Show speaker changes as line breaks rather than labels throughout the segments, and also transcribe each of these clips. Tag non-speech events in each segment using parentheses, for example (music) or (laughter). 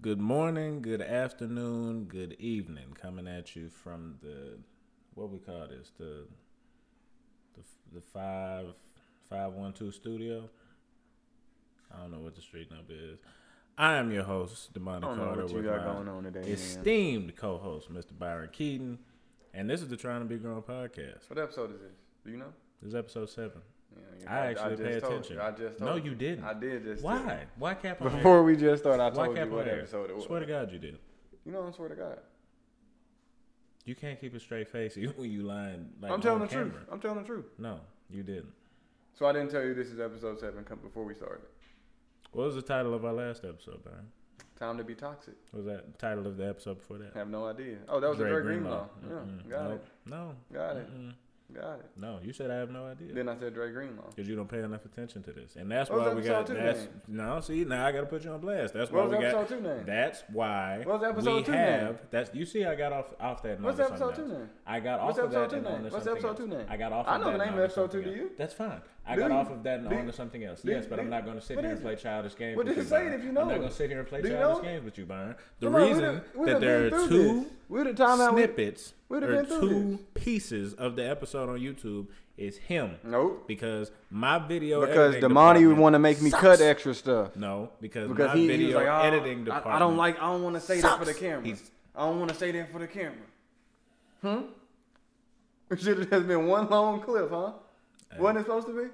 Good morning, good afternoon, good evening. Coming at you from the what we call this the the the five five one two studio. I don't know what the street number is. I am your host, Demonte
I don't know
Carter,
what you
with
got
my
going on today, man.
esteemed co-host, Mr. Byron Keaton, and this is the Trying to Be Grown podcast.
What episode is this? Do you know?
This is episode seven.
Yeah,
I actually
just
pay
told
attention.
You. I just
no,
told
you didn't.
I did just tell
Why? Why cap
you.
on air?
Before we just started, I
Why
told
cap
you
on
what
air?
episode it was.
Swear to God, you did.
You know, I swear to God.
You can't keep a straight face (laughs) even when you lying. Like
I'm telling
on
the
camera.
truth. I'm telling the truth.
No, you didn't.
So I didn't tell you this is episode seven come- before we started.
What was the title of our last episode, Byron?
Time to be toxic.
What was that the title of the episode before that?
Have no idea. Oh, that was a Dre Greenlaw.
Mm-mm.
Yeah, got
Nope. No.
it. Got it.
Mm-mm.
Got it.
No, you said I have no idea.
Then I said Dre Greenlaw.
Because you don't pay enough attention to this. And that's
What was
why we
episode
got
two
that's
then?
no, see, now I gotta put you on blast. That's why
What was
we got
episode two name?
that's why
What was episode
we
two then?
have that's you see I got off off that
What's
number
episode two
sometimes.
then?
I got
What's
off of that
episode
and
two then?
onto
What's
something
episode
else.
two then?
I got off
I
of
know
that
the name
and onto
of episode two,
something
do
else.
you?
That's fine. I
Do
got
you?
off of that and
Do-
onto something else.
do-
yes, but I'm
do-
not gonna sit
what
here
is
and play
it?
childish games
Well,
with you.
just say it
Byron.
if you know
I'm not
it.
gonna sit here and play
Do you
childish
know it?
games with you, Byron. The
Come on, we'd
reason
have- we'd
that
have
there
been
are
through
two
this. We'd have time out. we-
snippets
we'd have
or
been through
two pieces of the episode on YouTube is him
Nope.
because my video
Because
editing
Damani would
department-
want to make me cut extra stuff.
no because,
Because
my
he, he was
video
like, "Oh,
editing
I-
department
I, don't like. I don't want to say that for the
sucks."
camera.
He's-
I don't want to say that for the camera. Hmm. (laughs) It should have just been one long clip, huh? Wasn't it supposed to be?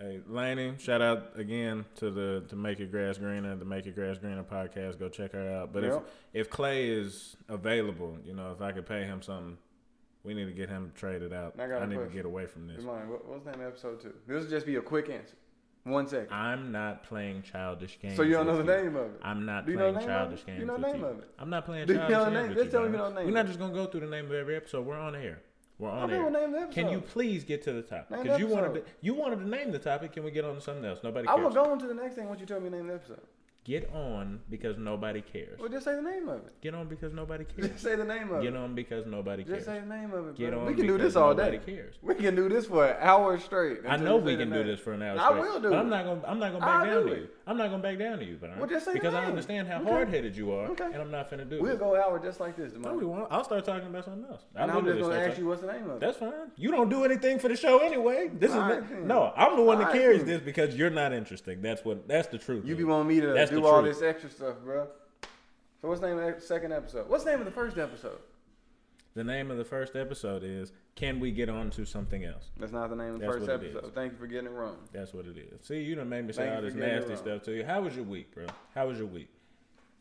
Hey, Laney, shout out again to the to Make Your Grass Greener, the Make Your Grass Greener podcast. Go check her out. But
Yep.
if if Clay is available, you know, if I could pay him something, we need to get him traded out.
I got
I
a
need to
question.
get away from this.
Damani, what, what's the name of episode two? This will just be a quick answer. One second.
I'm not playing childish games.
so you don't know the
with
name of it.
I'm not
Do you know
playing
the name of
childish
it?
games.
You know the
with
name
you.
of it?
I'm not playing
Do you know
childish
the
games.
name?
with
Just
you,
tell me
Brian.
you know the name
We're not
of it.
just gonna go through the name of every episode. We're on air. We're on
Okay,
air.
well, name the
Can you
episode.
please get to the topic?
Name the
Because you wanted to,
episode.
you wanted to name the topic. Can we get on to something else? Nobody
I
cares.
will go on to the next thing once you tell me the name of the episode.
Get on because nobody cares.
Well, just say the name
(laughs)
of it.
Get on because nobody
Just
cares.
say the name of
Get
it.
on because nobody
Just
cares.
say the name of it.
Get
bro.
on
we can do
because
this all day.
nobody cares.
We can do this for an hour straight.
I
until
know
you say
we
the
can do
name.
this for an hour.
I
straight,
will do
But
it.
I'm not gonna. I'm not gonna back
I'll
down
do
to
it.
you. I'm not gonna back down to you, Brian.
Well, just say the
because I
name.
understand how
Okay.
hard headed you are,
Okay.
and I'm not finna do
We'll
it.
go an hour just like this
No,
tomorrow.
we won't. I'll start talking about something else. I
and I'm just
literally
gonna
start
ask
talking-
you what's the name of it.
That's fine. You don't do anything for the show anyway. This
Fine.
is no. I'm the one that
Fine.
carries this because you're not interesting. That's what. That's the truth.
You be
man.
wanting me to
That's
do
the
all
truth.
this extra stuff, bro. So what's the name of the second episode? What's the name of the first episode?
The name of the first episode is "Can We Get On to Something Else."
That's not the name of the
That's
first
what it
episode.
is.
Thank you for getting it wrong.
That's what it is. See, you done made me say
Thank you
all this
for getting it
nasty
wrong.
stuff to you. How was your week, bro? How was your week?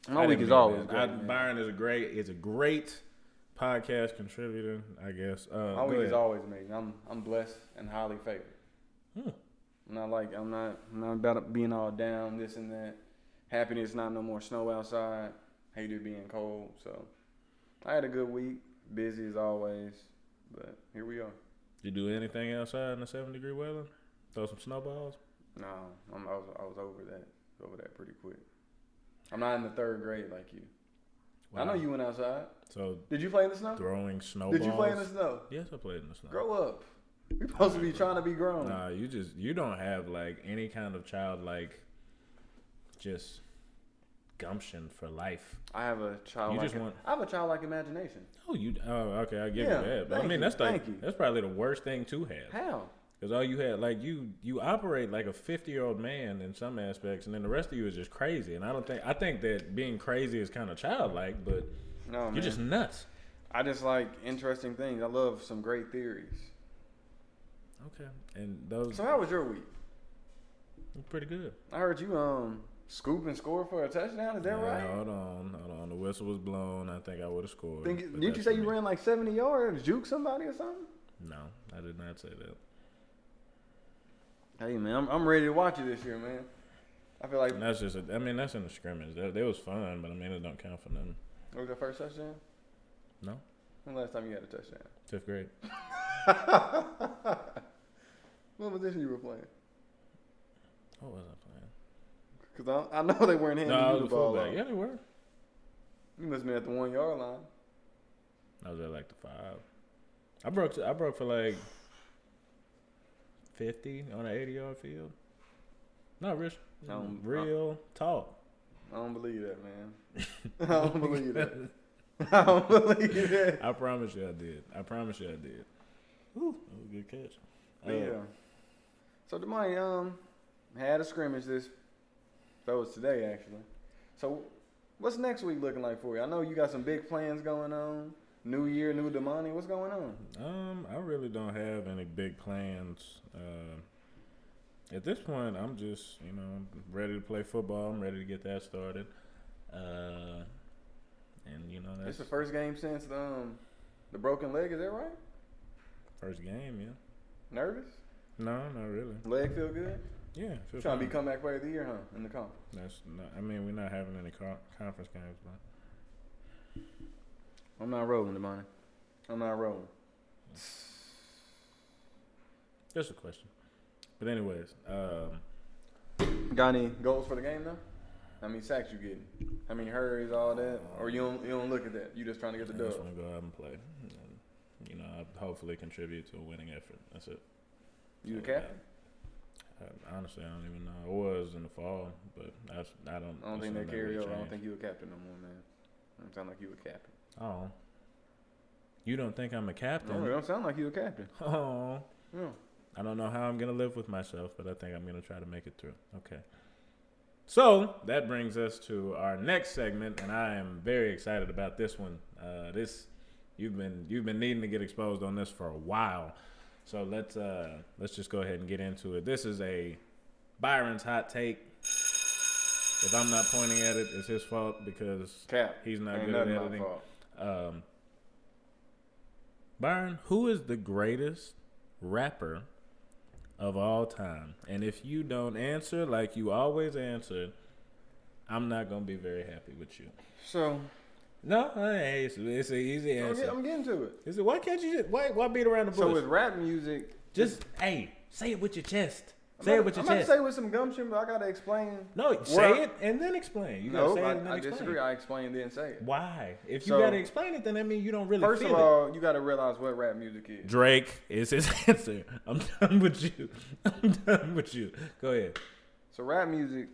My
I
week
didn't
is
mean
always
that.
great.
I-
man.
Byron is a great is a great podcast contributor, I guess. Uh,
My
go
week
ahead.
is always amazing. I'm I'm blessed and highly favored.
Hmm.
I'm not like I'm not I'm not about being all down this and that. Happiness not no more snow outside. Hate it being cold. So I had a good week. Busy as always, but here we are.
Did you do anything outside in the seven degree weather? Throw some snowballs.
No, I'm, I was I was over that over that pretty quick. I'm not in the third grade like you. I know
Wow.
you went outside.
So
Did you play in the snow?
throwing snowballs.
Did you play in the snow?
Yes, I played in the snow.
Grow up. We supposed to be trying to be grown.
Nah, you just you don't have like any kind of childlike just gumption for life.
I have a childlike.
just want-
I have a childlike imagination.
Oh, you oh okay, I give
Yeah,
you that. But I
thank
mean,
you,
that's like
thank you.
that's probably the worst thing to have
How?
because all you had like you you operate like a fifty year old man in some aspects, and then the rest of you is just crazy. And I don't think I think that being crazy is kind of childlike, but
No, man.
you're just nuts.
I just like interesting things. I love some great theories.
Okay, and those
So how was your week?
were pretty good.
I heard you um scoop and score for a touchdown. Is that
Yeah,
right?
Hold on, hold on. The whistle was blown. I think I would have scored.
Think,
but
didn't you
that's
say
me.
you ran like seventy yards, juke somebody or something?
No, I did not say that.
Hey man, I'm, I'm ready to watch you this year, man. I feel like
And that's just, a, I mean, that's in the scrimmage. That, that was fun, but I mean, it don't count for nothing.
what was your first touchdown?
No.
When last time you had a touchdown?
Fifth grade.
What position you were playing?
What was I
Because I, I know they
playing?
weren't handing
No, I
you
was
the
a
ball.
fullback.
off.
Yeah, they were.
You must have been at the one yard line.
I was at like the five. I broke. I broke for like fifty on an eighty-yard field. No, real,
Um, (laughs)
real tall.
I don't believe that,
(laughs)
man. I don't believe that. I don't believe that.
I promise you I did. I promise you I did. Ooh, that was a good catch.
But yeah. So Demani um had a scrimmage this. That was today actually. So what's next week looking like for you? I know you got some big plans going on. New year, new Demani. What's going on?
Um, I really don't have any big plans. Uh, at this point, I'm just you know I'm ready to play football. I'm ready to get that started. Uh, and you know
It's
that's
the first game since the, um the broken leg. Is that right?
first game. Yeah.
Nervous?
No, not really.
Leg feel good?
Yeah. feel
Trying to be
fine.
comeback player of the year, huh? In the conference.
That's not, I mean, we're not having any con- conference games, but
I'm not rolling, Demani. I'm not rolling.
just a question. But anyways, um,
Got any goals for the game though? How many sacks you getting? How many hurries, all that? Or you don't you don't look at that? You just trying to get
I
the dub.
just want to go out and play. And, you know, I hopefully contribute to a winning effort. That's it.
You the captain?
I, honestly, I don't even know. I was in the fall, but that's, I don't.
I don't think
assume
that carry
really
over. I don't
changed.
think you a captain no more, man. Don't sound like you a captain.
Oh, you don't think I'm a
No, it
captain?
don't sound like you a captain.
(laughs) Oh,
Yeah.
I don't know how I'm gonna live with myself, but I think I'm gonna try to make it through. Okay. So that brings us to our next segment, and I am very excited about this one. Uh, this you've been you've been needing to get exposed on this for a while, so let's uh, let's just go ahead and get into it. This is a Byron's hot take. If I'm not pointing at it, it's his fault because
Cap.
he's not
Ain't
good at
nothing my
editing.
fault.
Um, Byron, who is the greatest rapper of all time? And if you don't answer like you always answer, I'm not gonna be very happy with you.
So
No, hey, it's, it's an easy
I'm, get-
answer.
I'm getting to it.
Is it why can't you just why why beat around the
So
bush?
with rap music,
just hey, say it with your chest.
I'm
Say
not-
it with your
I'm not
chest.
say with some gumption, but I gotta explain.
no, say it and then explain. You gotta
No,
say it
I,
and then
I
explain.
disagree. I explained then say it.
Why? If you
So-
gotta explain it, then that means you don't really
First
feel
of
it.
all, you gotta realize what rap music is.
Drake is his (laughs) answer. I'm done with you. (laughs) I'm done with you. Go ahead.
So rap music,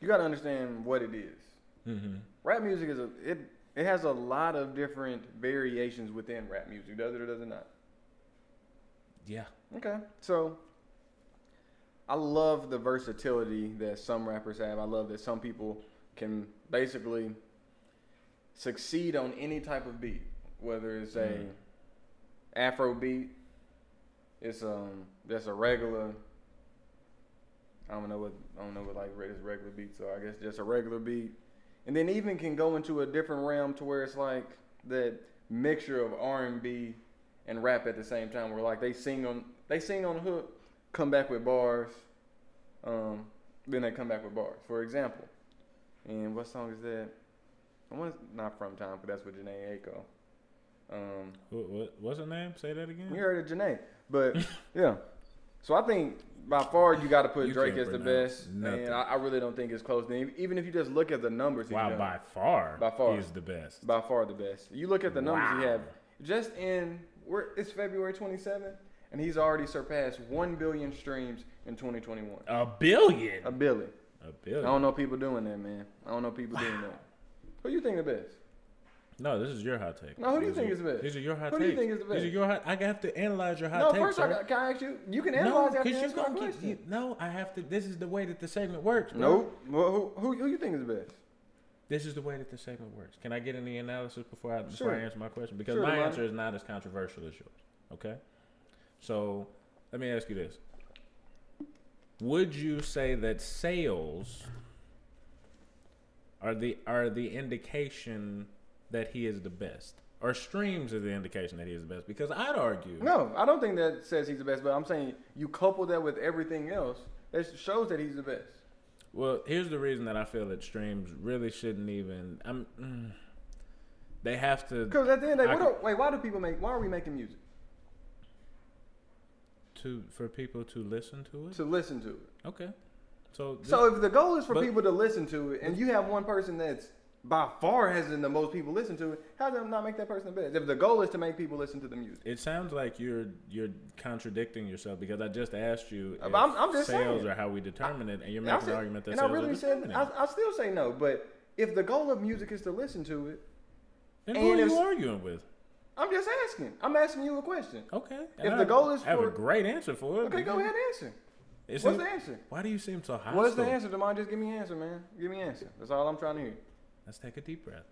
you gotta understand what it is.
hmm
Rap music is a it it has a lot of different variations within rap music. Does it or does it not?
Yeah.
Okay. So I love the versatility that some rappers have. I love that some people can basically succeed on any type of beat, whether it's a
Mhm.
afro beat, it's um that's a regular I don't know what I don't know what like re- it's regular beat, so I guess just a regular beat. And then even can go into a different realm to where it's like that mixture of R and B and rap at the same time where like they sing on they sing on the hook, come back with bars, um, then they come back with bars. For example. And what song is that? I want not from time, but that's with Janae Aiko. Um,
What, what, what's her name? Say that again.
you heard of Janae, but
(laughs)
yeah. So I think by far you got to put
You
Drake
can't
as the
pronounce
best,
nothing.
and I, I really don't think it's close. Then even if you just look at the numbers, he's
wow,
done,
by far,
By far.
he's the best.
by far the best. You look at the numbers he
Wow.
have just in we're, it's February 27th, and he's already surpassed one billion streams in 2021.
A billion.
A billion.
A
I
billion.
don't know people doing that, man. I don't know people doing that. Who you think the best?
no, this is your hot take.
No, who do you
These are-
think is the best?
These are your hot
Who do you
takes.
think is the best?
These are your hot. I have to analyze your hot
no,
takes.
first I
sir.
got, can I ask you? You can
no,
analyze after
because
you
you're
answer my
gonna get.
question.
You, no, I have to. This is the way that the segment works. bro.
Nope. Well, who, who who you think is the best?
This is the way that the segment works. Can I get any analysis before I, before
Sure.
I answer my question? Because
Sure,
my
Devon.
answer is not as controversial as yours. Okay? So let me ask you this. Would you say that sales are the are the indication that he is the best? Or streams are the indication that he is the best? Because I'd argue
No, I don't think that says he's the best. But I'm saying you couple that with everything else, that shows that he's the best.
Well, here's the reason that I feel that streams really shouldn't even I'm mm, they have to
Because at the end, of the
I
day, what do, wait, why do people make? Why are we making music
to for people to listen to it.
to listen to it?
Okay. So,
So if the goal is for
But-
people to listen to it, and you have one person that's by far has the most people listen to it. How does it not make that person the best? If the goal is to make people listen to the music,
It sounds like you're you're contradicting yourself because I just asked you
I'm-
if
I'm just
sales
saying.
are how we determine it, and you're
And I
making
said-
an argument that
and I
sales
really
are
said
determining.
I,
it.
I still say no. But if the goal of music is to listen to it,
Then who
and
are
if-
you arguing with?
I'm just asking. I'm asking you a question.
Okay.
If
I-
the goal is
I have
for-
a great answer for it.
Okay, go ahead and answer.
It
What's
seems-
the answer?
Why do you seem so hostile?
What's the answer, Demond? Just give me an answer, man. Give me an answer. That's all I'm
(laughs)
trying to hear.
Let's take a deep breath.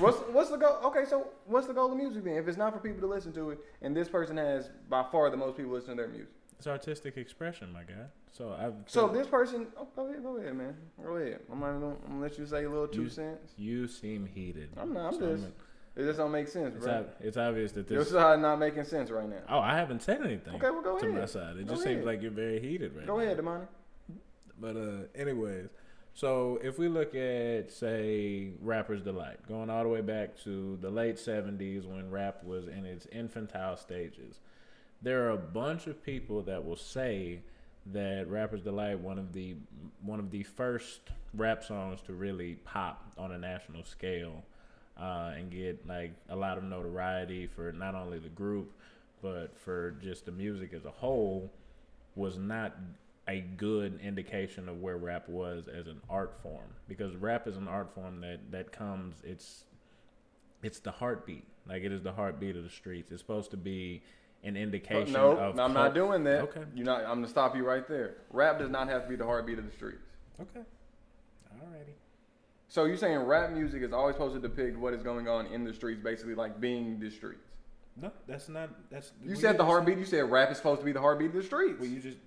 What's what's the goal? Okay, so what's the goal of music then? If it's not for people to listen to it, and this person has by far the most people listening to their music.
It's artistic expression, my guy. So I've
So if this person, oh, go ahead, go ahead, man, go ahead. I'm not even gonna, I'm gonna let you say a little two
You-
cents.
you seem heated.
I'm not. I'm
So
just. It just don't make sense,
it's,
bro.
ob- it's obvious that
This
this.
is how it's not making sense right now.
Oh, I haven't said anything
Okay, well go
to my
ahead.
side. It
Go
just
ahead.
seems like you're very heated right
Go
now.
ahead, Demani.
But uh, anyways, so if we look at say Rapper's Delight, going all the way back to the late '70s when rap was in its infantile stages, there are a bunch of people that will say that Rapper's Delight one of the one of the first rap songs to really pop on a national scale uh, and get like a lot of notoriety for not only the group but for just the music as a whole was not a good indication of where rap was as an art form because rap is an art form that that comes it's it's the heartbeat like it is the heartbeat of the streets it's supposed to be an indication
No,
of
I'm
cult-
not doing that.
Okay.
You're not. I'm gonna stop you right there. Rap does not have to be the heartbeat of the streets.
okay alrighty
So you're saying rap music is always supposed to depict what is going on in the streets, basically like being the streets.
no that's not that's
You said the heartbeat. You said rap is supposed to be the heartbeat of the streets.
well you just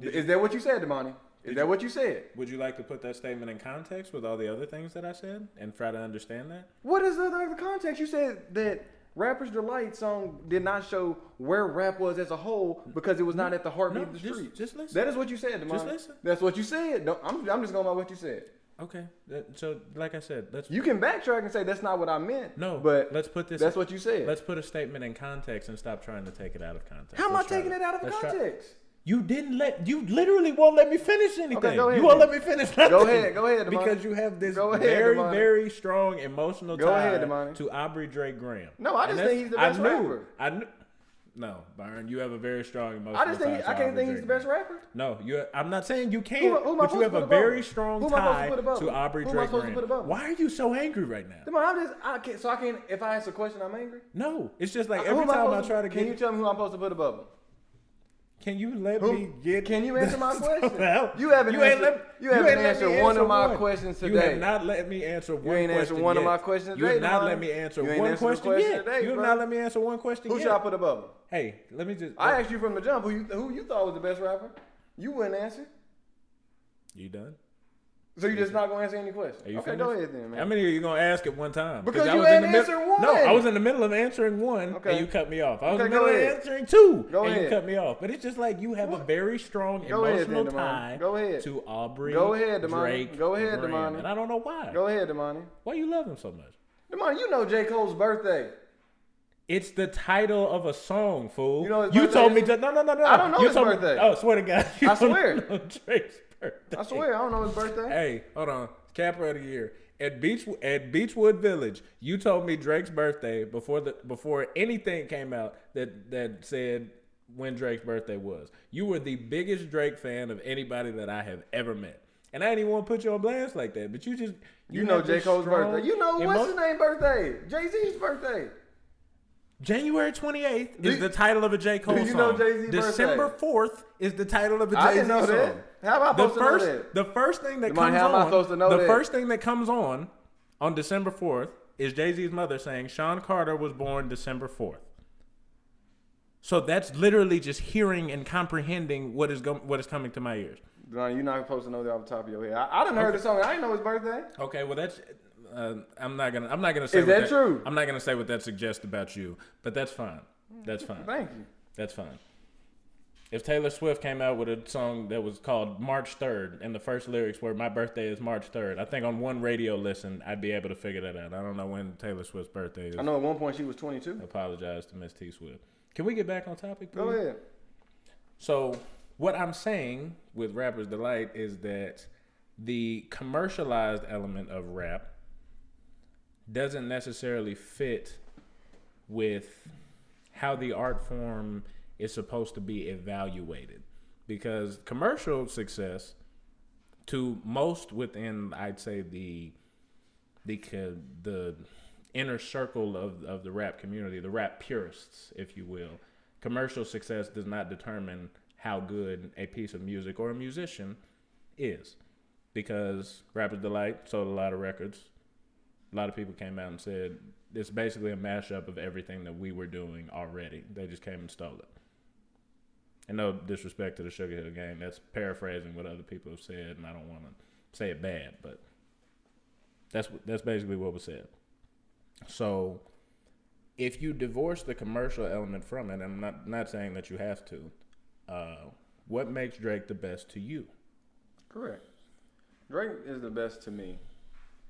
did
is that what you said, Demani? Is
Did
that
you-
what you said?
would you like to put that statement in context with all the other things that I said and try to understand that?
What is the other context? You said that Rapper's Delight song did not show where rap was as a whole because it was not at the heartbeat
No,
of the
just-
streets.
just listen.
That is what you said, Demani.
Just listen.
That's what you said. Don't, I'm, I'm just going by what you said.
Okay. That, so, like I said, let's
You can backtrack and say that's not what I meant.
no,
but
let's put this.
that's what you said.
Let's put a statement in context and stop trying to take it out of context.
How am I
Let's try
taking
to-
it out of
let's try-
context?
you didn't let. You literally won't let me finish anything.
go ahead
you won't
then.
let me finish.
Go
Nothing
ahead, go ahead, Damani.
Because you have this
Go ahead,
very,
Damani.
very strong emotional
Go
tie
ahead, Damani.
to Aubrey Drake Graham.
No, I
And
just
that's-
think he's the best
I knew,
rapper.
I knew. No, Byron, you have a very strong emotional.
I just think
tie
he,
to
I can't
Aubrey
think he's
Drake
the
Graham.
best rapper.
No, you. I'm not saying you
Who-
can't,
who am I
but you have
supposed to put
a
above
very
him?
strong
Who am I supposed to
tie
put above
to
him?
Aubrey
Who am I
Drake
supposed to put above
Graham.
him?
Why are you so angry right now?
Come on, I'm just I can't. So I can't. If I ask a question, I'm angry.
No, it's just like
Who
every
am
time I
supposed to-
try to
Can
get.
you tell me who I'm supposed to put above him?
Can you let
Who-
me get?
Can you
(laughs)
answer my
stuff
question?
out?
You haven't
ain't
answered-
let-
you haven't
ain't let me
answered one of my
one.
questions
You
today.
have not let me answer one.
ain't answered
question
one of
yet.
my questions
You
today,
have not
Devon.
let me answer
You ain't
one
answered the
question
question
yet.
today,
you have
bro.
not let me answer one question
Who
yet.
should I put above him?
Hey, let me just.
I asked you from the jump who you who you thought was the best rapper. You wouldn't answer,
you done?
so you just not gonna answer any question.
Are you
okay,
finished?
go ahead then, man.
How many are you gonna ask at one time?
Because
I
you
was in
hadn't
the
answered one.
No, I was in the middle of answering one,
Okay.
and you cut me off. I was
Okay,
in the middle
go
of
ahead.
answering two,
Go
and
ahead.
you cut me off. But it's just like you have a very strong
Go ahead then,
emotional
Damani.
tie
Go ahead.
to Aubrey.
Go ahead, Damani.
Drake.
Go ahead,
Graham,
Damani.
And I don't know why.
Go ahead, Demani.
Why you love him so much?
Demani, you know J Cole's birthday.
It's the title of a song, fool.
You know his birthday
told me
is-
to no, no, no, no.
I don't know
you
his
told me-
birthday.
oh, swear to God, (laughs) you
I
don't
swear.
know Drake's birthday.
I swear, I don't know his birthday.
Hey, hold on. Capper of the year at Beach at Beachwood Village. You told me Drake's birthday before the before anything came out that that said when Drake's birthday was. You were the biggest Drake fan of anybody that I have ever met, and I didn't even want to put you on blast like that. But you just
You, know
have
J
this
Cole's
strong
birthday. You know
emo-
what's his name birthday? Jay Z's birthday.
January 28th
Do
is
you-
the title of a J. Cole
you
song.
know Jay-Z's
December
birthday?
4th is the title of a Jay Z
I didn't know
song.
that. How am
the
I supposed to know
first,
that?
The first thing that
Come on,
comes
how am
on,
I supposed to know
the
that?
first thing that comes on on December 4th is Jay-Z's mother saying Sean Carter was born December 4th. So that's literally just hearing and comprehending what is go- what is coming to my ears.
Demani, you're not supposed to know that off the top of your head. I, I didn't heard the song. I didn't know his birthday.
Okay, well that's uh, I'm not gonna I'm not gonna say
Is
what
that true?
I'm not gonna say what that suggests about you, but that's fine. That's fine.
Thank you.
That's fine. If Taylor Swift came out with a song that was called March 3rd and the first lyrics were My birthday is March 3rd, I think on one radio listen, I'd be able to figure that out. I don't know when Taylor Swift's birthday is.
I know at one point she was 22.
apologize to Miss T Swift. Can we get back on topic, please?
Go ahead.
So, what I'm saying with Rapper's Delight is that the commercialized element of rap doesn't necessarily fit with how the art form is supposed to be evaluated because commercial success to most within I'd say the the co- the inner circle of of the rap community, the rap purists, if you will. Commercial success does not determine how good a piece of music or a musician is, because Rapper's Delight sold a lot of records. A lot of people came out and said it's basically a mashup of everything that we were doing already. They just came and stole it. And no disrespect to the Sugar Hill Gang, that's paraphrasing what other people have said, and I don't want to say it bad, but that's what- that's basically what was said. So, if you divorce the commercial element from it, and I'm not not saying that you have to, uh, what makes Drake the best to you?
Correct. Drake is the best to me.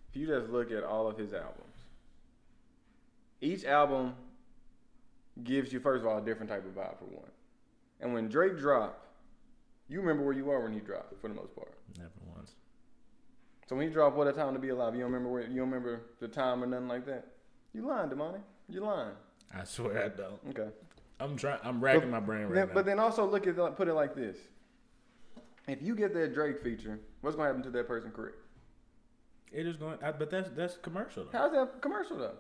If you just look at all of his albums, each album gives you, first of all, a different type of vibe for one. And when Drake dropped, you remember where you are when he dropped, for the most part.
Never once.
So when he dropped "What a Time to Be Alive," you don't remember where, you don't remember the time or nothing like that. You lying, Damani. You lying.
I swear I don't.
Okay.
I'm trying. I'm racking my brain right
Then-
now.
But then also look at it- put it like this: If you get that Drake feature, what's gonna happen to that person's career?
it is going. I, but that's that's commercial. Though.
How's that commercial though?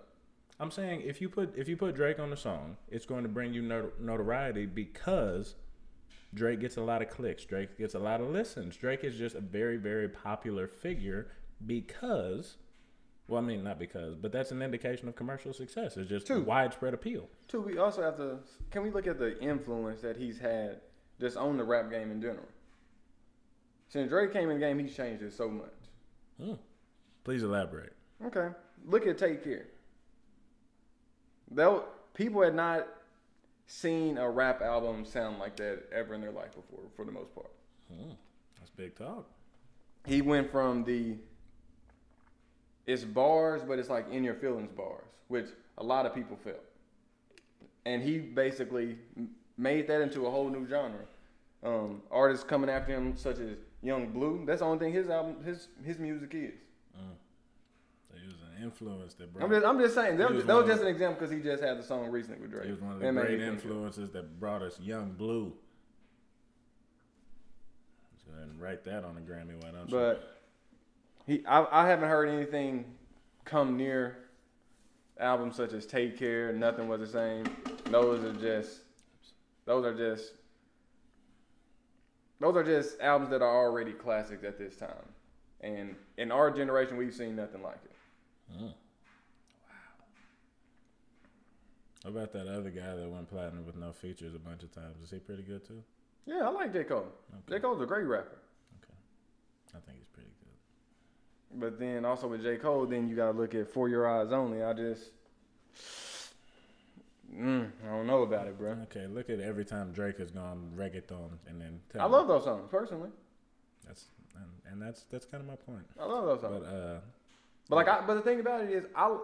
I'm saying if you put if you put Drake on the song, it's going to bring you not- notoriety because Drake gets a lot of clicks. Drake gets a lot of listens. Drake is just a very very popular figure because, well, I mean not because, but that's an indication of commercial success. It's just
True.
widespread appeal.
Two, we also have to. Can we look at the influence that he's had just on the rap game in general? Since Drake came in the game, he's changed it so much.
Hmm. Please elaborate.
Okay, look at Take Care. Though people had not seen a rap album sound like that ever in their life before, for the most part.
Hmm. That's big talk.
He went from the it's bars, but it's like in your feelings bars, which a lot of people felt. And he basically m- made that into a whole new genre. Um, artists coming after him, such as Young Blue, that's the only thing his album, his his music is.
So he was an influence that
I'm
brought.
just, I'm just saying that
He
was,
was
that was
one of
just an example because he just had the song recently with Drake.
He was one of
That
the
made
great
me think of it.
influences that brought us Young Blue. Let's go ahead and write that on the Grammy. Why don't you?
But he, I, I haven't heard anything come near albums such as Take Care. Nothing was the same. Those are just, those are just, those are just albums that are already classics at this time. And in our generation, we've seen nothing like it.
How about that other guy that went platinum with no features a bunch of times? Is he pretty good too?
Yeah, I like J Cole. J Cole's a great rapper.
I think he's pretty good.
But then also with J. Cole, then you gotta look at For Your Eyes Only. I just, mm, I don't know about it, bro.
Okay, look at every time Drake has gone reggaeton and then.
I love those songs personally.
that's and, and that's that's kind of my point.
I love those songs.
But uh,
But like, I, but the thing about it is, I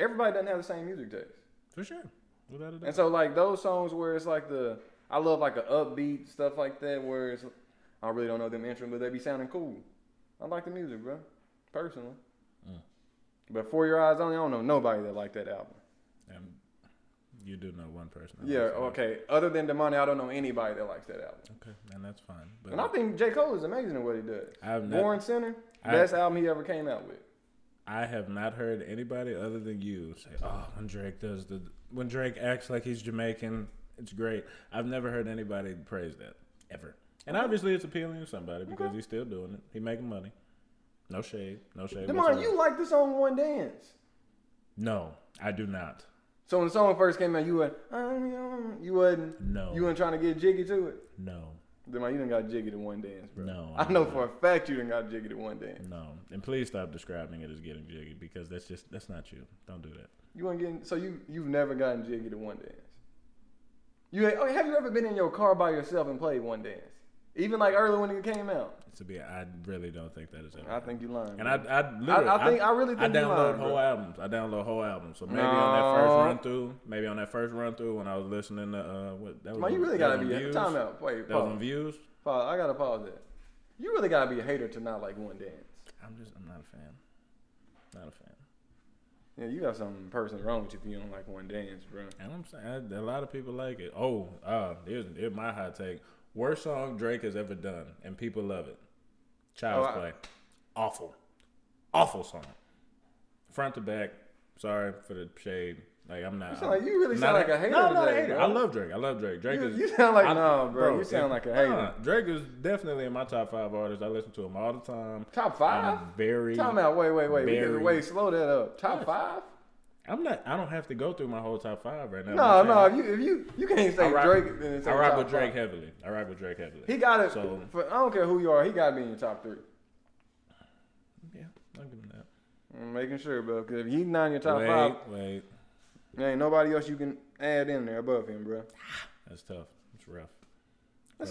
everybody doesn't have the same music taste,
for sure, without a doubt.
and so like those songs where it's like the I love like the upbeat stuff like that, where it's I really don't know them instruments, but they be sounding cool. I like the music, bro, personally.
Mm.
But for your eyes only, I don't know nobody that liked that album.
And you do know one person. that
yeah, uh,
likes it.
okay. Other than Demani, I don't know anybody that likes that album.
Okay, and that's fine. But
And I think J Cole is amazing at what he does.
I've not,
Born Center,
I-
best album he ever came out with.
I have not heard anybody other than you say, "Oh, when Drake does the when Drake acts like he's Jamaican, it's great." I've never heard anybody praise that ever. And obviously, it's appealing to somebody because he's still doing it. He making money. No shade. No shade.
Demani,
whatsoever.
you like the song One Dance.
No, I do not.
So when the song first came out, you went, um, you wasn't,
No.
you weren't trying to get jiggy to it.
No.
Then like, you done got jiggy to one dance, bro.
No,
I
I'm
know
not.
for a fact you done got jiggy to one dance.
No. And please stop describing it as getting jiggy because that's just that's not you. Don't do that.
You weren't getting, so you you've never gotten jiggy to one dance. You ain't- oh, have you ever been in your car by yourself and played one dance? Even like early when it came out.
To be, I really don't think that is. ever
I think you lying.
And I,
bro.
I, literally,
I think- I really think
I
you
download
lying, bro.
whole albums. I download whole albums. So maybe on that first
No.
run through, maybe on that first run through when I was listening to uh, what that was.
Man, you
on-
really
that
gotta
was
be
on
a
views.
time out. Wait,
That was on
pause,
views.
pause. I gotta pause that. You really gotta be a hater to not like one dance.
I'm just, I'm not a fan. Not a fan.
Yeah, you got something personally wrong with you if you don't like one dance, bro.
And I'm saying I, a lot of people like it. Oh, uh, here's, here's my hot take: worst song Drake has ever done, and people love it. Child's
Oh, I-
Play, awful, awful song, front to back. Sorry for the shade. Like I'm not.
You sound like- you really sound
not
like a hater
No, I'm not a
today,
hater.
bro.
I love Drake. I love Drake. Drake
You,
is.
you sound like
I-
no, bro. You sound
if-
like a
nah,
hater.
Drake is definitely in my top five artists. I listen to him all the time.
Top five?
I'm very.
Time out. Wait, wait, wait.
Barry.
Wait, wait. Slow that up. Top five?
I'm not. I don't have to go through my whole top five right now.
No,
I'm
no.
saying-
If you if you you can't say
I rock-
Drake. Then say
I rock
top
with Drake
Five.
heavily. I rock with Drake heavily.
He got it.
So-
for, I don't care who you are. He got to be in your top three.
yeah, I'll give him that.
I'm making sure, bro. Because if he's not in your top
wait,
five,
wait.
there ain't nobody else you can add in there above him, bro.
That's tough. It's rough.
Let's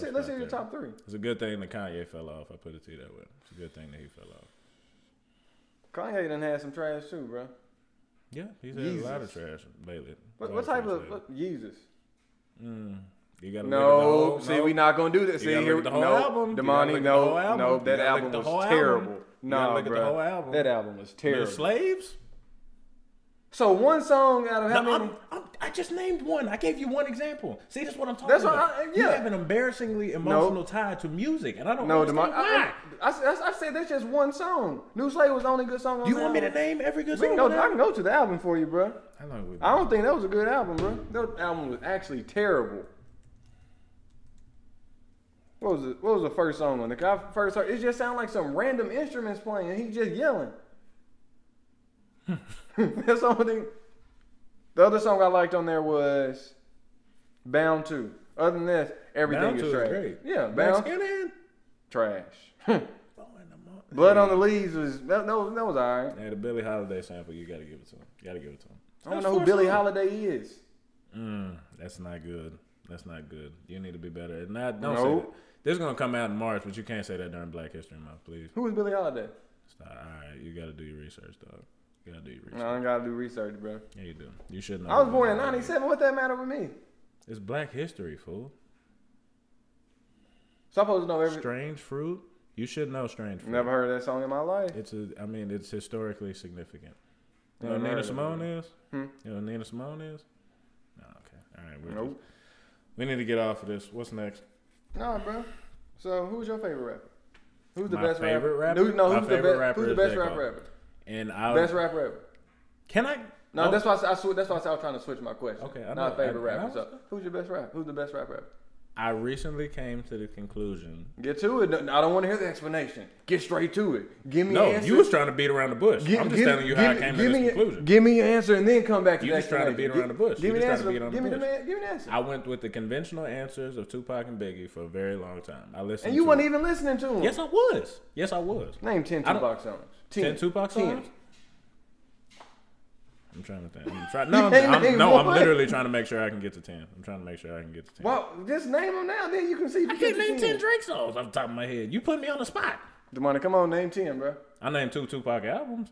That's
see. Let's
right
hear your
there.
top three.
It's a good thing that Kanye fell off. I put it to you that way. It's a good thing that he fell off.
Kanye done had some trash too, bro.
Yeah, he's had a lot of
Jesus.
trash lately.
What,
A
what
lot
type
trash
of
lately.
what, Jesus?
Mm. You gotta look at the
No,
whole-
see,
no.
we not gonna do this.
You
see,
gotta
here,
look at the whole
no,
album. You gotta
Damani,
look at the
no,
whole album.
no,
You
that
gotta
album
look at the
was
whole album.
terrible.
You
No,
gotta look at the
bruh.
whole album.
That album was
The
terrible.
slaves?
So one song out of how
No,
many?
I'm- I'm- i just named one. I gave you one example. See, that's what I'm talking
That's what
about.
I- yeah.
You have an embarrassingly emotional tie to music, and I don't
No,
understand
Damani,
why.
I, I, I, I said that's just one song. New Slave was the only good song on
Do you
the
want me to
album.
name every good
We
song?
can go,
on
I can
that?
go to the album for you, bro.
How long we been-
I don't think that was a good album, bro. That album was actually terrible. What was it? What was the first song on? The I first heard, it just sounded like some random instruments playing, and he just yelling. (laughs) That's the only thing. The other song I liked on there was "Bound to." Other than this, everything
Bound
is
to is
trash.
great.
Yeah,
Max
bound
Skinhead?
trash. (laughs)
Oh, in the mo-
Blood on the leaves was that, that was that was all right.
Hey, the Billie Holiday sample, you gotta give it to him. You gotta give it to him.
I don't know who Billie Holiday is.
Mm, that's not good. That's not good. You need to be better. And not don't say
Nope.
that. This is gonna come out in March, but you can't say that during Black History Month, please.
Who is Billie Holiday?
It's not, all right, you gotta do your research, dog. You gotta do your research.
No, I ain't gotta do research, bro.
Yeah, you do. You should know.
I was born in
Yeah.
'97. What that matter with me?
It's Black History, fool.
So I'm supposed to know every.
Strange fruit. You should know strange fruit.
Never heard that song in my life.
It's a. I mean, it's historically significant. You know
Never
what
heard
Nina
of
Simone is?
Hmm.
You know what Nina Simone is? No, okay. All right. We're
Nope.
just- we need to get off of this. What's next?
Nah, bro. So who's your favorite rapper? Who's the
My
best
favorite rapper?
Who, no,
My
who's the
favorite
best?
rapper
who's the
is
best
J.
rapper?
Cole.
rapper?
And I
Best rapper rapper.
can I?
No,
oh,
that's why I, I sw- that's why I, said I was trying to switch my question.
Okay, I
not
know. I-
favorite
I
rapper.
was-
So who's your best rapper? Who's the best rapper? rapper?
I recently came to the conclusion.
Get to it. I don't want to hear the explanation. Get straight to it. Give me
No,
your answer.
you was trying to beat around the bush.
Gi-
I'm just
give-
telling you how I
give-
came to
give
this
me,
conclusion.
Give me your answer and then come back to
You
the
just trying to beat
explanation.
around the bush.
Give
You
me the
just
answer.
trying to beat around
Give me
the
the
bush.
man. Give me the answer.
I went with the conventional answers of Tupac and Biggie for a very long time. I listened.
And you
to,
weren't even listening to him.
Yes, I was. Yes, I was.
Name ten
I don't-
Tupac songs.
10, Tupac songs? I'm trying to think. I'm trying, no,
can't
I'm, I'm,
name
no, I'm
one.
literally trying to make sure I can get to 10. I'm trying to make sure I can get to 10.
Well, just name them now, then you can see. If
I
you
can't name 10
ten.
Drake songs off the top of my head. You put me on the spot.
Damani, come on, name ten, bro.
I named two Tupac albums.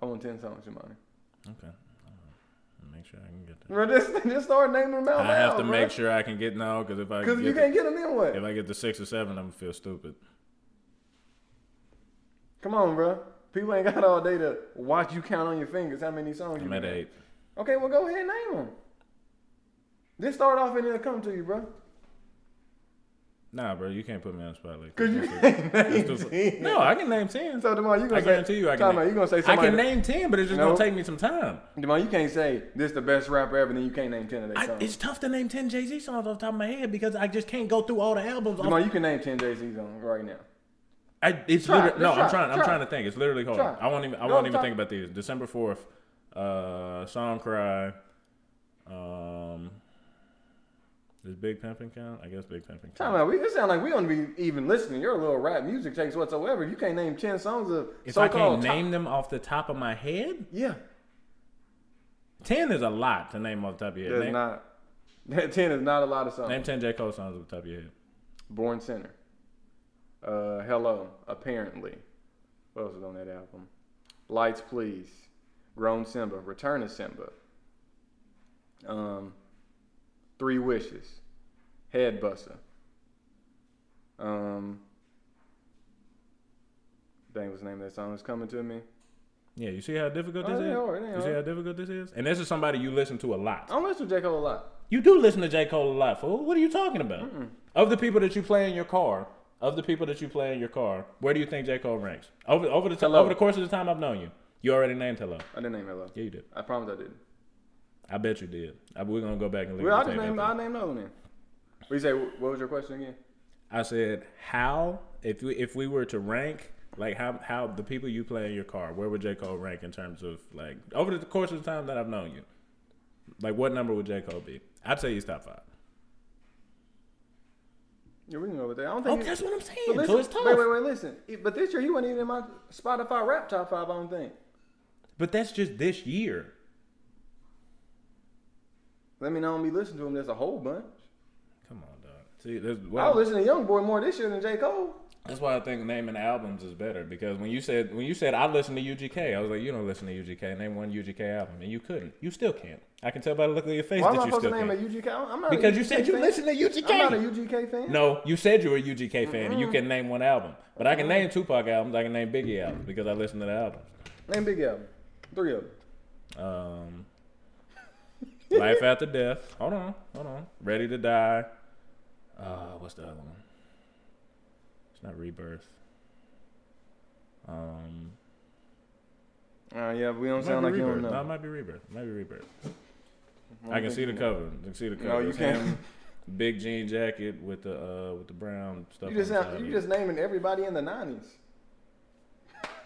I want ten songs, Damani.
Okay. I'll Make sure I can get there.
Bro, just (laughs) just start naming them out.
I have to make sure I can get no, because if I
because
can
if you
get
can't get them, then
to, if
what?
I get to six or seven, I'm gonna feel stupid.
Come on, bro. People ain't got all day to watch you count on your fingers how many songs you
I'm at
can-
eight.
Okay, well go ahead and name them. Just start off and it'll come to you, bro.
Nah, bro, you can't put me on the spot like
Because
that.
you
That's
can't
too-
name
that's too-
(laughs) 10.
No, I can name ten.
So Damon, you gonna
I
say,
guarantee you I can
Time
name-
out, you gonna say
I
somebody?
can name ten, but it's just
No.
gonna take me some time.
Damon, you can't say this the best rapper ever, then you can't name ten of their
I,
songs.
it's tough to name ten Jay Z songs off the top of my head because I just can't go through all the albums. off-
Damon, you can name ten Jay Z songs right now.
I, it's
Try,
literally, no,
just
I'm
try,
trying. I'm
try.
trying to think. It's literally hard.
Try.
I won't even. I
Go
won't even
try.
think about these. December fourth, uh, song cry. Um, does Big Pimpin' count? I guess Big Pimpin'
Time
count.
out. We, it sound like we don't be even listening. Your little rap music takes whatsoever. If you can't name ten songs of
If I
so-called
can't
top-
name them off the top of my head,
yeah,
ten is a lot to name off the top of your head.
there's
Name,
not. ten is not a lot of songs.
name ten J Cole songs off the top of your head.
Born Sinner. Uh, Hello. Apparently. What else was on that album? Lights Please. Grown Simba. Return of Simba. Um, Three Wishes. Head Buster. Um, dang, what's the name of that song? It's coming to me.
Yeah, you see how difficult
Oh,
this
it ain't
is.
hard, it ain't
you see
hard.
how difficult this is, and this is somebody you listen to a lot.
I don't listen to J Cole a lot.
You do listen to J. Cole a lot, fool. What are you talking about? Of the people that you play in your car, of the people that you play in your car, where do you think J. Cole ranks? Over over the t-
Hello.
over the course of the time I've known you. You already named Hello.
I didn't name Hello.
Yeah, you did.
I promise I didn't.
I bet you did. I, we're gonna go back and look
Well, I
at the
just
tape
named.
after.
I named no one. Then. What you say? What was your question again?
I said, how if we if we were to rank like how how the people you play in your car, where would J Cole rank in terms of like over the course of the time that I've known you? Like what number would J Cole be? I'd say he's top five.
Yeah, we can go with that. I don't
Oh,
think.
that's what I'm saying.
but listen,
so it's tough.
Wait, wait, wait. Listen. It- But this year he wasn't even in my Spotify rap top five. I don't think.
But that's just this year.
Let me know and be listening to him. There's a whole bunch.
Come on, dog. See, that's,
I
well,
was listening to Young Boy more this year than J Cole.
that's why I think naming albums is better because when you said when you said I listen to UGK, I was like, you don't listen to UGK. Name one UGK album, and you couldn't. You still can't. I can tell by the look of your face
Why am I
that you
supposed to
still
name a
can't.
UGK? I'm not. a
Because you
UGK
said you
fan.
listen to UGK.
I'm not a UGK fan.
No, you said you were a UGK fan and you can name one album. But I can name Tupac albums, I can name Biggie albums because I listen to the albums.
Name Big L. Three of them.
Um, Life After Death. Hold on, hold on. Ready to Die. Uh, what's the other one? It's not Rebirth. Um,
Uh, yeah, we don't
it might
sound
be
like you
Rebirth.
don't
No, it
know.
might be Rebirth. It might be Rebirth. I can see the cover. I can see the cover.
No, you
It's
can't.
him, Big jean jacket with the uh with the brown stuff.
You just
on the
sound,
side.
you just naming everybody in the nineties.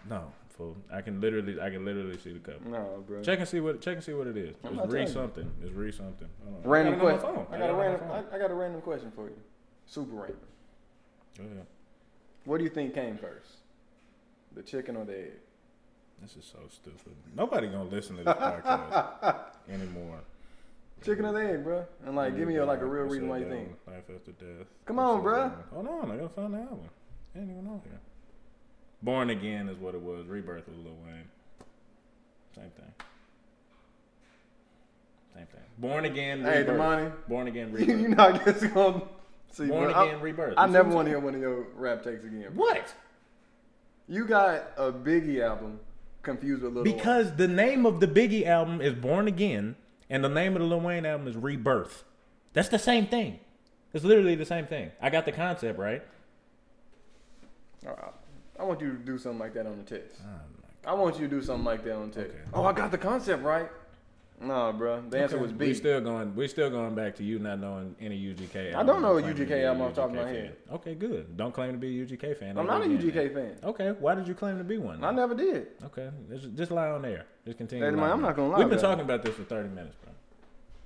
no. Fool. I can literally I can literally see the cover.
No, bro.
Check and see what check and see what it is.
I'm not
It's re
telling you.
something. It's re something. Hold on.
Random
I got it
question.
on my phone.
I got a
it on my
random.
phone.
I, I got a random question for you. Super random.
Go ahead.
What do you think came first, the chicken or the egg?
This is so stupid. Nobody gonna listen to this podcast
(laughs)
anymore.
Chicken or the egg, bro? And like, give me your, like a real reason why you think.
uh, Life after death.
Come on, bruh.
Hold on, I gotta find the album. It ain't even on here. Born Again is what it was. Rebirth was Lil Wayne. Same thing. Same thing. Born Again.
Hey,
Rebirth.
Damani.
Born Again.
(laughs) You, you
Rebirth.
know, I guess gonna see.
Born
bro,
Again. Rebirth.
I, I
You see
never
what
want
I'm
to hear one of your rap takes again.
saying?
Bro.
What?
You got a Biggie album confused with Lil Wayne.
Because the name of the Biggie album is Born Again, and the name of the Lil Wayne album is Rebirth. That's the same thing. It's literally the same thing. I got the concept right.
All right. I want you to do something like that on the text.
Um,
I want you to do something like that on text.
Okay.
Oh, I got the concept right. Nah, bro. The answer was B.
We still going. We still going back to you not knowing any UGK.
I
Album
don't know a
and claiming
UGK
to be a
album off the top of my
UGK fan.
head.
Okay, good. Don't claim to be a UGK fan.
I'm not a
Don't be
UGK fan.
Okay, why did you claim to be one?
I never did.
Okay, just, just lie on air. Just continue.
Hey,
lying
man, I'm
on
not
air.
gonna lie
We've been
about it.
talking about this for 30 minutes, bro.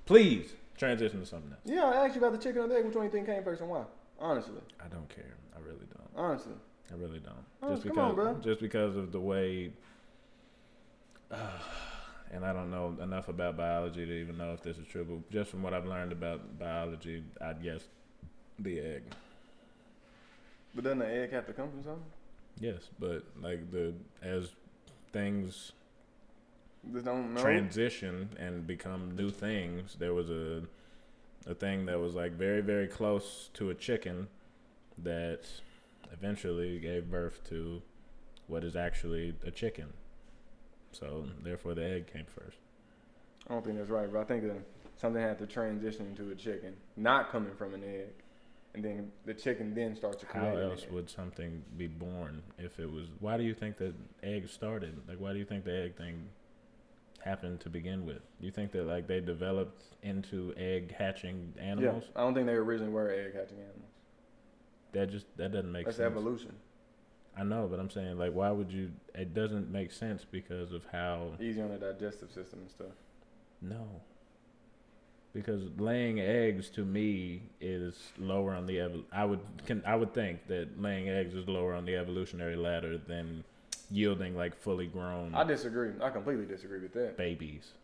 Please transition to something else.
Yeah, I asked you about the chicken or the egg. Which one you think came first and why? Honestly,
I don't care. I really don't.
honestly.
I really don't.
Oh,
just
come
because,
on, bro.
just because of the way, and I don't know enough about biology to even know if this is true. But just from what I've learned about biology, I'd guess the egg.
But doesn't the egg have to come from something?
Yes, but like the as things
Just don't know.
transition and become new things, there was a a thing that was like very very close to a chicken that eventually gave birth to what is actually a chicken. So therefore, the egg came first.
I don't think that's right, but I think that something had to transition into a chicken, not coming from an egg, and then the chicken then starts to
How
create. an
else
egg.
would something be born if it was? Why do you think the egg started? Like, why do you think the egg thing happened to begin with? You think that like they developed into egg hatching animals?
Yeah, I don't think they originally were egg hatching animals.
That just that doesn't make
That's
sense.
evolution.
I know, but I'm saying like, why would you? It doesn't make sense because of how
Easy on the digestive system and stuff.
no. Because laying eggs to me is lower on the evol- I would can I would think that laying eggs is lower on the evolutionary ladder than yielding like fully grown
I disagree. I completely disagree with that.
babies.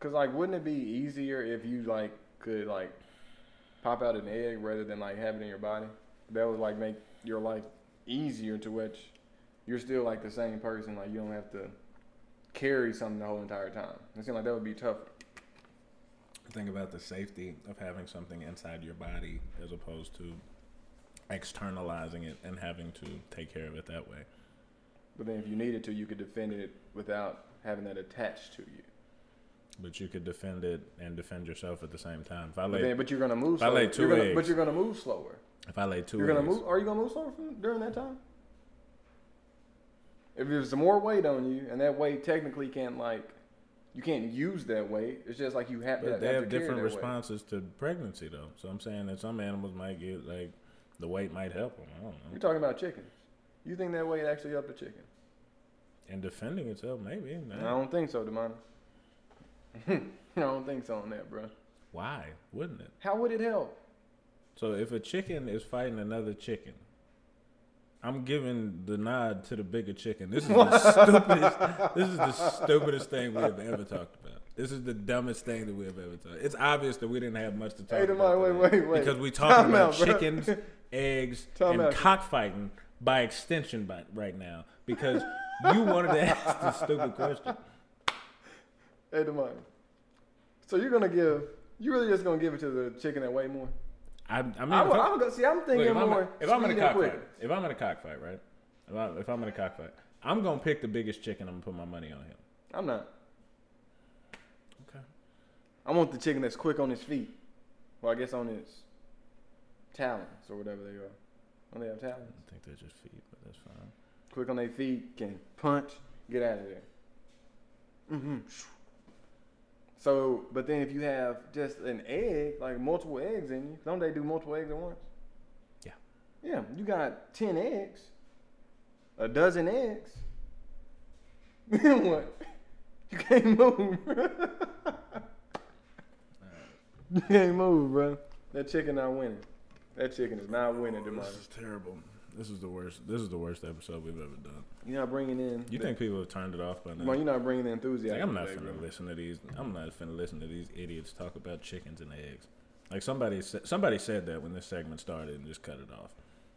Cause like, wouldn't it be easier if you like could like pop out an egg rather than like have it in your body? That would like make your life easier to which you're still like the same person. Like you don't have to carry something the whole entire time. It seems like that would be tougher.
Think about the safety of having something inside your body as opposed to externalizing it and having to take care of it that way.
But then if you needed to, you could defend it without having that attached to you.
But you could defend it and defend yourself at the same time. If I
But,
lay,
then, but you're gonna move.
if I
Slower.
lay two
you're gonna,
eggs.
But you're gonna move slower.
if I lay 2
you're gonna
eggs,
move. Are you gonna move slower from, during that time? If there's more weight on you, and that weight technically can't like, you can't use that weight. It's just like you have.
But
have
they
to
have
carry
different
that weight.
responses to pregnancy, though. So I'm saying that some animals might get like the weight might help them. I don't
You're
know.
talking about chickens. You think that weight actually helped the chicken?
And defending itself, maybe.
I
No.
don't think so, Demonis. (laughs) I don't think so on that, bro.
Why wouldn't it?
How would it help?
So if a chicken is fighting another chicken, I'm giving the nod to the bigger chicken. This is the stupidest. This is the stupidest thing we have ever talked about. This is the dumbest thing that we have ever talked. It's obvious that we didn't have much to talk
Hey,
about.
Demar, wait,
today
wait, wait.
Because we talking
Time
about
out, bro.
chickens, eggs,
(laughs) Time
and
out.
cockfighting by extension by, right now because you wanted to ask the stupid question.
Hey, Demonis. So you're gonna give? You really just gonna give it to the chicken that weigh more?
I'm, I'm,
I'm,
even-
I'm gonna see. I'm
Look,
thinking
if I'm,
more.
if I'm in a
speed and
cockfight,
quick.
if I'm in a cockfight, right? If, I, if I'm in a cockfight, I'm gonna pick the biggest chicken. I'm gonna put my money on him.
I'm not.
Okay.
I want the chicken that's quick on his feet. Well, I guess on his talons or whatever they are. When they have
I
talons,
think they're just feet, but that's fine.
quick on their feet, can punch, get out of there. hmm So, but then if you have just an egg, like multiple eggs in you, don't they do multiple eggs at once?
Yeah.
Yeah, you got ten eggs, a dozen eggs. (laughs) Then what? You can't move. (laughs) You can't move, bro. That chicken not winning. That chicken is not winning,
this
Demarcus.
is terrible. This is the worst. This is the worst episode we've ever done.
You're not bringing in.
You
the-
think people have turned it off by now?
Demar, you're not bringing the
It's
enthusiasm.
like, I'm not
today,
finna
bro.
listen to these. I'm not finna listen to these idiots talk about chickens and eggs. Like somebody said, somebody said that when this segment started and just cut it off.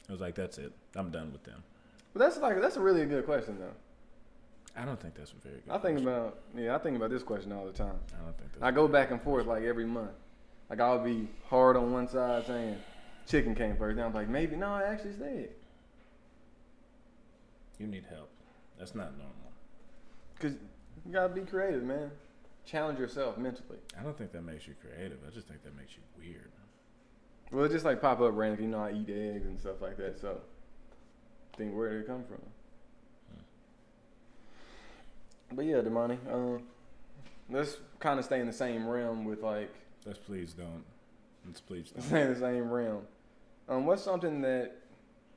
I was like, that's it. I'm done with them.
But that's like that's a really good question though.
I don't think that's a very good.
I think
question.
about yeah, I think about this question all the time.
I don't think that's.
I go back and forth like every month. Like I'll be hard on one side saying chicken came first. Then I'm like maybe no, I actually said
You need help. That's not normal.
because you gotta be creative, man. Challenge yourself mentally.
I don't think that makes you creative. I just think that makes you weird.
Well, it just like pop up randomly. You know, I eat eggs and stuff like that. So think where did it come from? But yeah, Damani, um, let's kind of stay in the same realm with like
Let's please don't. Let's please don't.
stay (laughs) in the same realm. Um, what's something that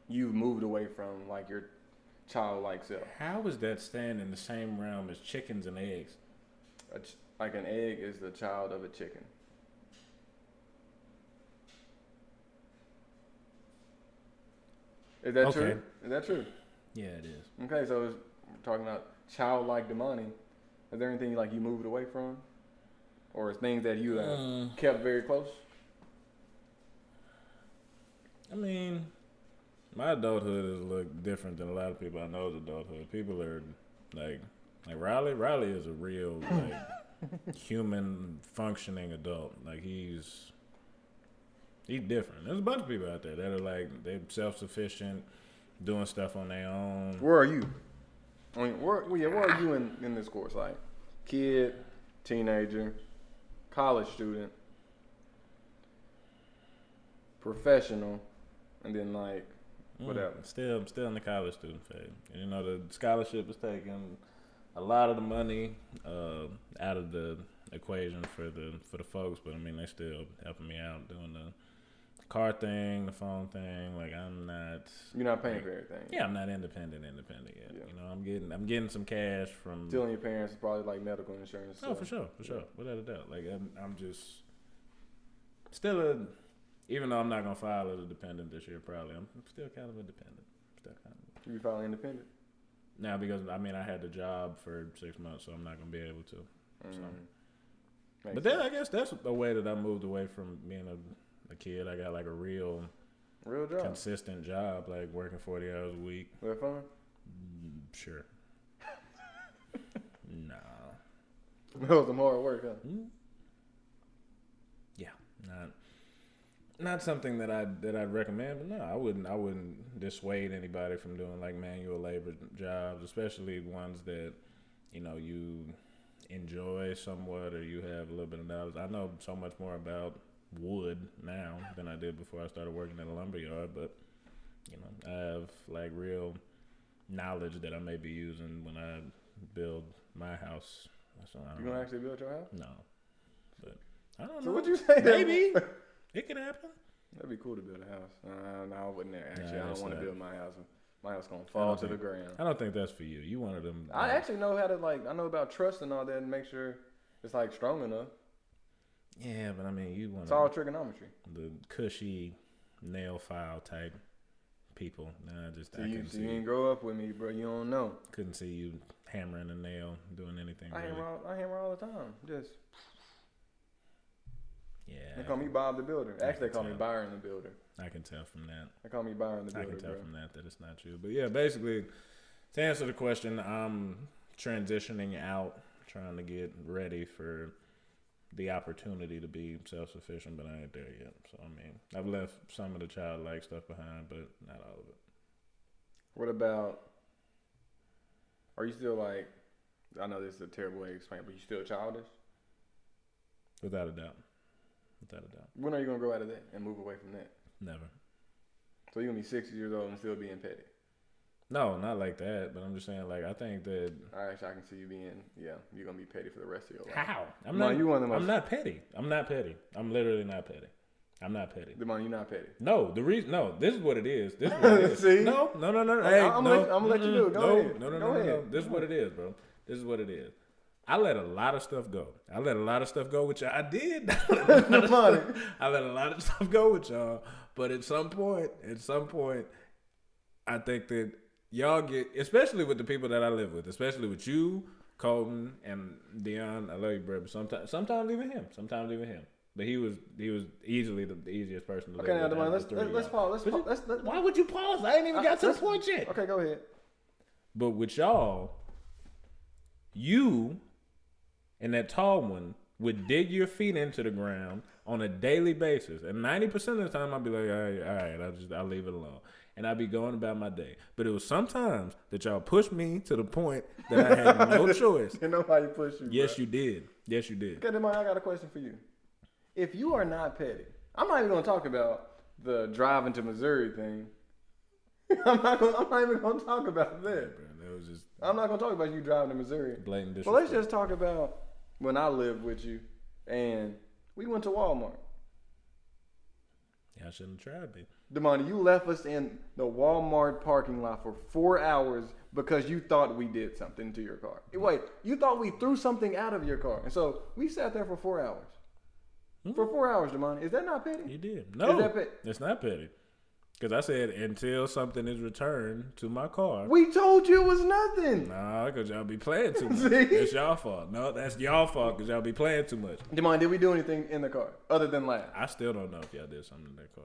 you've moved away from, like your childlike self?
How is that staying in the same realm as chickens and eggs?
A ch- like an egg is the child of a chicken. Is that
Okay.
true? Is that true?
Yeah, it is.
Okay, so it's, we're talking about childlike demoni. Is there anything like you moved away from, or things that you uh,
Uh,
kept very close?
I mean, my adulthood is look different than a lot of people I know's adulthood. People are like, like Riley. Riley is a
(laughs)
real like human functioning adult. Like he's he's different. There's a bunch of people out there that are like they self sufficient, doing stuff on their own.
Where are you? I mean, where, well, yeah, where are you in, in this course? Like, kid, teenager, college student, professional, and then like, Whatever.
Still, I'm still in the college student phase. And, you know, the scholarship is taking a lot of the money uh, out of the equation for the for the folks, but I mean, they still helping me out doing the car thing, the phone thing. Like, I'm not.
you're not paying for everything.
Yeah, I'm not independent, independent yet.
Yeah.
You know, I'm getting I'm getting some cash from.
Still, your parents is probably like medical insurance.
Oh,
so-
for sure, for sure, without a doubt. Like I'm, I'm just still a, even though I'm not gonna file as a dependent this year, probably I'm still kind of a dependent. Still kind of.
You probably independent.
Now because I mean I had the job for six months, so I'm not gonna be able to.
Mm. Makes
But then
sense.
I guess that's a way that I moved away from being a, a kid. I got like a real
real job.
consistent job, like working forty hours a week.
Was that fun? (laughs)
Mm, Sure. nah.
That was some hard work, huh?
Mm. Yeah, not. not something that I that I'd recommend, but no, I wouldn't. I wouldn't dissuade anybody from doing like manual labor jobs, especially ones that you know you enjoy somewhat or you have a little bit of knowledge. I know so much more about wood now than I did before I started working at a lumber yard, but you know I have like real knowledge that I may be using when I build my house. So I
You
don't
gonna
know.
actually build your house?
No, but I don't
So
know.
what you say? that-
Maybe it could happen.
(laughs) That'd be cool to build a house. Uh, no, I wouldn't. Actually, I
that's
don't want to
not-
build my house. My house gonna fall to the
think-
ground.
I don't think that's for you. You one of them. uh,
I
like,
actually know how to like. I know about trust and all that, and make sure it's like strong enough.
yeah, but I mean, you one
It's all
of
trigonometry.
the cushy nail file type people. Nah, I just
So
I
you,
couldn't
so
see
you
you,
didn't grow up with me, bro. You don't know.
couldn't see you hammering a nail, doing anything.
I
Really.
hammer. All, I hammer all the time. Just they
Yeah,
call me Bob the Builder.
I
Actually, they
can
call me
tell.
Byron the Builder.
I can tell from that.
They call me Byron the
I
Builder,
can tell
bro.
from that that it's not you. But yeah, basically, to answer the question, I'm transitioning out, trying to get ready for the opportunity to be self sufficient, but I ain't there yet. So, I mean, I've left some of the childlike stuff behind, but not all of it.
What about? Are you still like? I know this is a terrible way to explain, it, but you still childish.
Without a doubt. Without a doubt.
When are you gonna grow out of that and move away from that?
Never.
So you're gonna be 60 years old and still being petty.
No, not like that, but I'm just saying, like, I think that.
I actually I can see you being yeah. You're gonna be petty for the rest of your life.
How? I'm
No,
not,
you one of the
I'm
most-
not petty. I'm not petty. I'm literally not petty. I'm not petty.
Demond, you're not petty.
No, the reason. No, this is what it is. This is
(laughs)
what it is.
See?
No, no, no, no.
I-
Hey,
I'ma
no,
let- I'ma let you do it. Go
no,
ahead.
No, no,
Go
no, no, no.
ahead.
This is what it is, bro. This is what it is. I let a lot of stuff go. I let a lot of stuff go, which I did. (laughs)
Demond,
I let a lot of stuff go with y'all. But at some point, at some point, I think that y'all get, especially with the people that I live with, especially with you, Colton, and Dion. I love you, bro. But sometimes, sometimes even him. Sometimes even him. But he was he was easily the, the easiest person to
Okay, now
live with. out
Demond,
of
let's
the three
let's,
of
let's
y'all.
pause. Let's
But
pause.
you-
Let's, let's,
Why would you pause? I ain't even got to the
let's-
point yet.
okay, go (laughs) ahead.
But with y'all, you and that tall one would dig your feet into the ground on a daily basis. And 90% of the time, I'd be like, all right, all right, I'll just, I'll leave it alone. And I'd be going about my day. But it was sometimes that y'all pushed me to the point that I had
(laughs)
no choice.
Didn't nobody push you.
Yes, you did. Yes, you did.
Okay, Demond, I got a question for you. If you are not petty, I'm not even gonna talk about the driving to Missouri thing. (laughs) I'm not gonna, I'm not even gonna talk about that.
Bro, that was just
I'm not gonna talk about you driving to Missouri.
blatant
Well, let's
disrespect.
just talk about when I lived with you and we went to Walmart.
Y'all shouldn't have tried me.
Damani, you left us in the Walmart parking lot for four hours because you thought we did something to your car.
Mm-hmm.
Wait, you thought we threw something out of your car. And so we sat there for four hours.
Mm-hmm.
For four hours, Damani. Is that not petty?
You did. No,
that pet-
it's not petty. Because I said until something is returned to my car.
We told you it was nothing.
Nah, because y'all be playing
(laughs)
too much.
See?
That's y'all fault. No, that's y'all fault because y'all be playing too much.
Damani, did we do anything in the car other than laugh?
I still don't know if y'all did something in that car.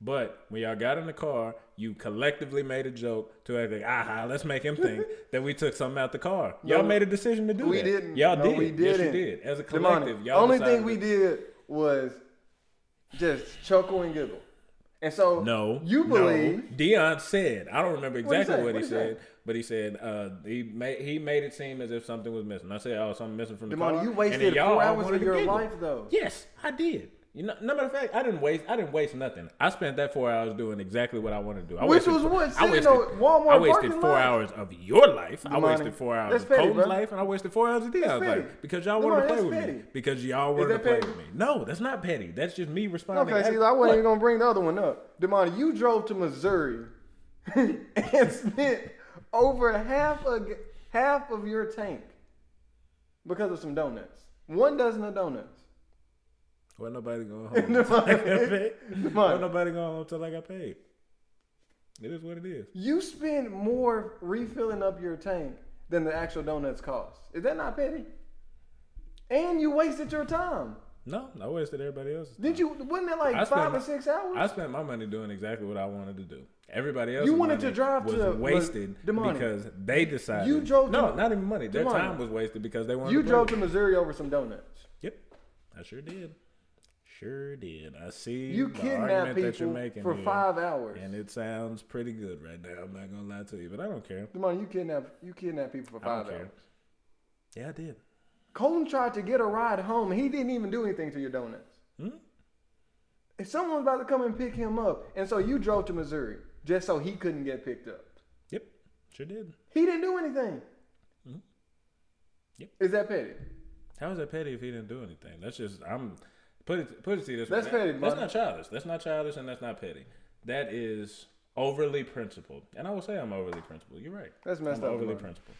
But when y'all got in the car, you collectively made a joke to act like, aha, let's make him
(laughs)
think that we took something out the car. Y'all
No,
made a decision to do
we
that.
didn't.
Y'all
No,
did.
We
Yes,
didn't.
you did. As a
Damani,
collective, y'all
only
decided
thing we
to-
did was just chuckle and giggle. And so
No.
you believe
No. Dion said, I don't remember
he
exactly
say?
what he,
What'd he say?
said, but he said uh, he made he made it seem as if something was missing. I said, oh, something missing from the
Damani,
car.
you
and
wasted
then y'all
four
all
hours
wanted
of
to
your
giggle.
life, though.
Yes, I did. You know, no matter of fact, I didn't waste. I didn't waste nothing. I spent that four hours doing exactly what I wanted to do. I
Which
wasted
was
four-
what?
I
Sitting
wasted,
on Walmart
I wasted
parking
four
lot?
hours of your life. I
Damani,
wasted four hours
that's
of
petty,
Colton's
bro.
life, and I wasted four hours of Dion's
petty.
life because y'all
Damani,
wanted to play
that's
with me.
petty.
Because y'all wanted to
that
play
petty?
with me. No, that's not petty. That's just me responding.
Okay, see,
Look,
I wasn't even gonna bring the other one up. Demond, you drove to Missouri (laughs) and spent over half a g- half of your tank because of some donuts. One dozen of donuts.
Wasn't nobody going
(laughs)
home until I got paid.
Demonic.
Wasn't nobody going home until I got paid. It is what it is.
You spend more refilling up your tank than the actual donuts cost. Is that not petty? And you wasted your time.
No, I wasted everybody else's.
Did you? Wasn't it like
I spent
five
my-
or six hours?
I spent my money doing exactly what I wanted to do. Everybody else,
You wanted to drive
was
to- was-
wasted
Damani,
because they decided
you drove
No,
to-
not even money. Their
Damani,
time was wasted because they wanted.
you
to
drove
play.
to Missouri over some donuts.
Yep, I sure did. Sure did. I see
You
the
kidnap
argument that you're
people
making
for
here,
five hours.
and it sounds pretty good right now. I'm not gonna lie to you, but I don't care.
Demone, you kidnap you kidnap people for
I don't
five
care.
hours.
Yeah, I did.
Colton tried to get a ride home. and He didn't even do anything to your donuts.
Hmm?
If someone's about to come and pick him up, and so you drove to Missouri just so he couldn't get picked up,
Yep, sure did.
he didn't do anything.
Mhm. Yep.
Is that petty?
How is that petty if he didn't do anything? That's just I'm put it put it to you this
That's
way.
petty,
That's
bro.
not childish. That's not childish, and that's not petty. That is overly principled, and I will say I'm overly principled. You're right.
That's messed
I'm
up.
overly
Demone.
principled.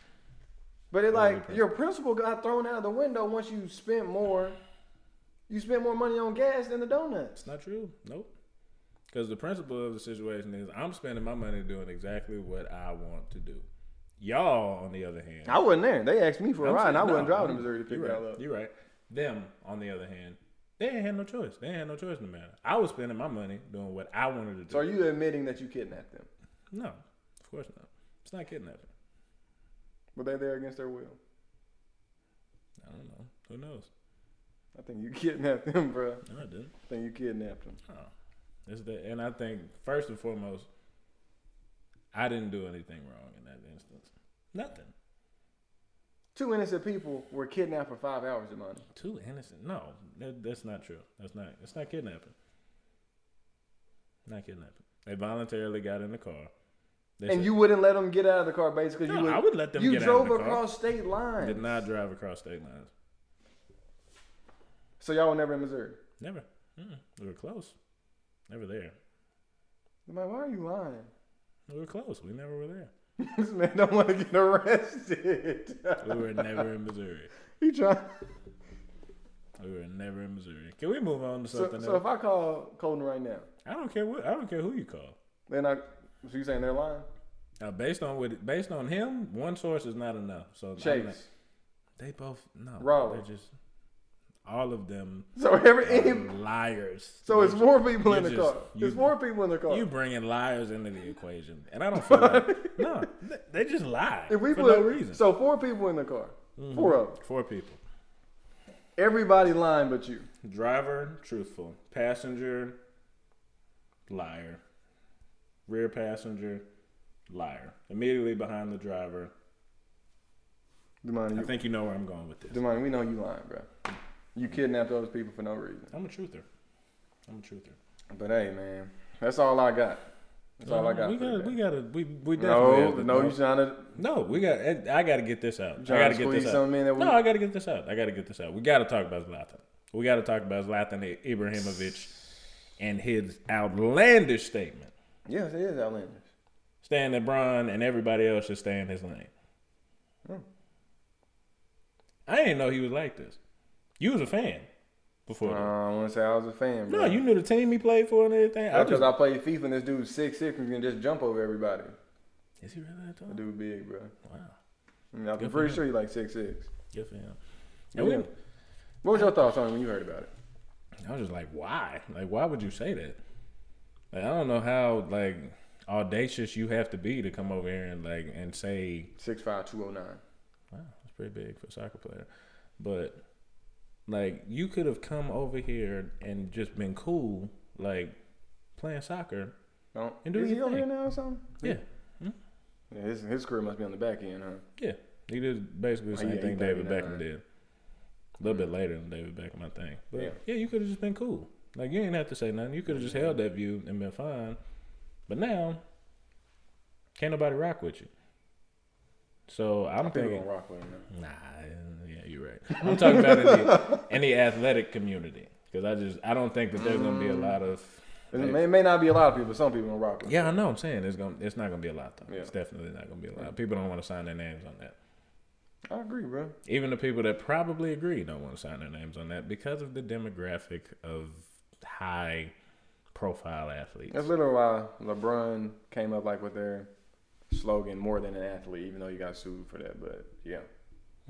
But it
Overly
like
principled.
your principal got thrown out of the window once you spent more. You spent more money on gas than the donuts.
It's not true. Nope. Because the principle of the situation is I'm spending my money doing exactly what I want to do. Y'all, on the other hand,
I wasn't there. They asked me for a
I'm
ride, and I
saying-
wasn't
no,
driving to
I'm-
Missouri to pick
you're
y'all
right,
up.
You're right. Them, on the other hand, they ain't had no choice. They ain't had no choice in the matter. I was spending my money doing what I wanted to do.
So are you admitting that you kidnapped them?
No, of course not. It's not kidnapping.
Were they there against their will?
I don't know. Who knows?
I think you (laughs) kidnapped them, bro.
No, I didn't.
I think you kidnapped them.
Oh. It's the, and I think, first and foremost, I didn't do anything wrong in that instance. Nothing.
Two innocent people were kidnapped for five hours of money.
Too innocent. No, that, that's not true. That's not. It's not kidnapping. Not kidnapping. They voluntarily got in the car. They
and
said-
you wouldn't let them get out of the car basically.
No,
you would,
I would let them
You
get out
drove
of the car.
across state lines.
did not drive across state lines.
So y'all were never in Missouri.
Never. Mm-mm. We were close. Never there.
I'm like, why are you lying? (laughs)
We were close. We never were there.
this man don't want to get arrested. (laughs)
We were never in Missouri.
he trying. (laughs)
Oh, We were never in Missouri. Can we move on to
So,
something
so
else?
if I call Colton right now,
I don't care what. I don't care who you call.
then I. So you saying they're lying?
Now, based on what, based on him, one source is not enough. So I'm not-
Chase.
they both no.
Raw.
They're just all of them
So every
are
any,
liars.
(laughs) so it's more people in
you
the
just-
car.
you-
It's more people in the car.
You bringing liars into the equation, and I don't feel
(laughs)
that. No, th- they just lie
if we
for
put
no reason. Mm-hmm.
so four people in the car, four of them.
Four people:
Everybody lying but you.
driver, truthful; passenger, liar; rear passenger, liar. Immediately behind the driver.
Demani,
I
you,
think you know where I'm going with this.
Damani, we know you lying, bro. You kidnapped those people for no reason.
I'm a truther. I'm a truther.
But hey, man, that's all I got. That's all I got.
We
for
got.
today.
We got. to We we definitely.
no,
have to-
no, you trying to
No, we got. I got to get this out. I
trying
got
to
to get
squeeze
this out.
something in that we.
No, I got to get this out. I got to get this out. We got to talk about Zlatan. We got to talk about Zlatan Ibrahimovic and his outlandish statement,
Yes, it is outlandish.
saying that Bron and everybody else should stay in his lane.
Hmm.
I didn't know he was like this. You was a fan
Uh,
before.
I want to say I was a
that.
fan. Bro.
no, you knew the team he played for and everything. I
That's because
just,
I played FIFA and this dude six six and can just jump over everybody.
is he really that tall?
The dude big, bro.
Wow,
I mean, I'm
Good for
pretty
him.
sure he like six six.
good for him. And we-
Yeah. What was your thoughts on it when you heard about it?
I was just like, why? Like, why would you say that? Like, I don't know how like audacious you have to be to come over here and like and say,
Six five two oh nine.
wow, that's pretty big for a soccer player. But like, you could have come over here and just been cool, like playing soccer.
Don't
And do
Oh, is he
your
over here
thing.
now or something?
Yeah,
Yeah, his his career must be on the back end, huh?
yeah. He did basically the
Oh,
same
yeah, he
thing David
probably
Beckham
not.
did. A little bit later than David Beckham, I think. But yeah,
Yeah.
you could have just been cool. Like you didn't have to say nothing. You could have just held that view and been fine. But now, can't nobody rock with you. So I'm
People
thinking,
gonna rock with him. now.
nah, yeah, you're right. I'm talking about in the, in the athletic community because I just I don't think that there's gonna be a lot of.
And It may, it may not be a lot of people, but some people gonna rock with him.
Yeah, I know. I'm saying it's gonna it's not gonna be a lot though.
Yeah.
It's definitely not gonna be a lot. People don't want to sign their names on that.
I agree, bro.
Even the people that probably agree don't want to sign their names on that because of the demographic of high profile athletes.
That's literally why LeBron came up like with their slogan "More than an athlete," even though he got sued for that. But yeah,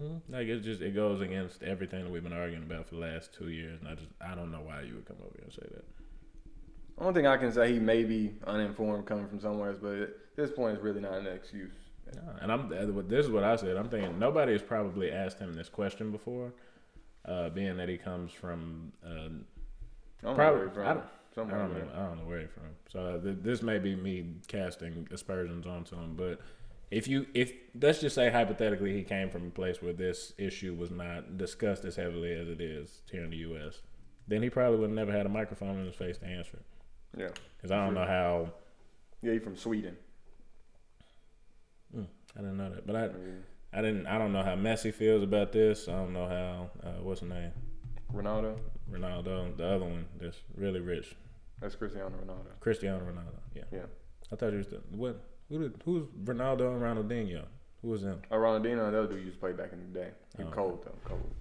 Mhm. Like it's just it goes against everything that we've been arguing about for the last two years, and I just I don't know why you would come over here and say that.
only thing I can say he may be uninformed coming from somewhere else, but at this point, it's really not an excuse.
No, And I'm this is what I said. I'm thinking nobody has probably asked him this question before, uh, being that he comes from uh,
I'm
Probably-
Probably.
I don't- I
Somewhere.
don't,
man.
know, I don't know where he's from. So uh, th- this may be me casting aspersions onto him, but if you if let's just say hypothetically he came from a place where this issue was not discussed as heavily as it is here in the U.S., then he probably would have never had a microphone in his face to answer it.
Yeah.
Because I don't know how
Yeah, you from Sweden.
I didn't know that, but I I didn't I don't know how Messi feels about this. I don't know how uh, what's his name
Ronaldo.
Ronaldo, the other one that's really rich,
That's Cristiano Ronaldo.
Cristiano Ronaldo. Yeah,
Yeah.
I thought you was the what who did, who's Ronaldo and Ronaldinho? Who was them?
Oh, Ronaldinho, that dude used to play back in the day. He
Oh, okay.
cold though, cold.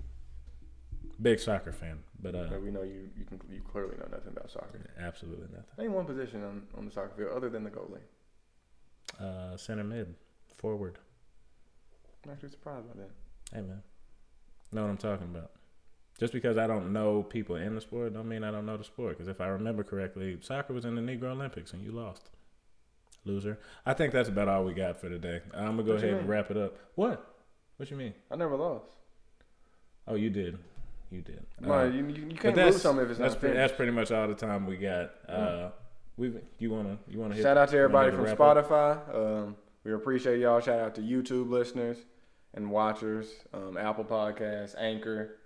Big soccer fan, but uh,
But we know you. You can. You clearly know nothing about soccer.
absolutely nothing.
Name one position on, on the soccer field other than the goalie.
Uh, center mid, forward.
I'm actually surprised by that.
Hey man, know what I'm talking about. Just because I don't know people in the sport, don't mean I don't know the sport. Because if I remember correctly, soccer was in the Negro Olympics and you lost, loser. I think that's about all we got for today. I'm gonna go
What you
ahead and
mean?
wrap it up. What? What you mean?
I never lost.
Oh, you did. You did.
No,
Uh,
you, you, you
but
can't
that's-
lose something if it's
that's
not
pre-
finished.
that's pretty much all the time we got. Uh, we you wanna you wanna hit
Shout out to
you wanna
everybody
hit the
from
wrap up?
Spotify. Um, we appreciate y'all. Shout out to YouTube listeners and watchers, um, Apple Podcasts, Anchor.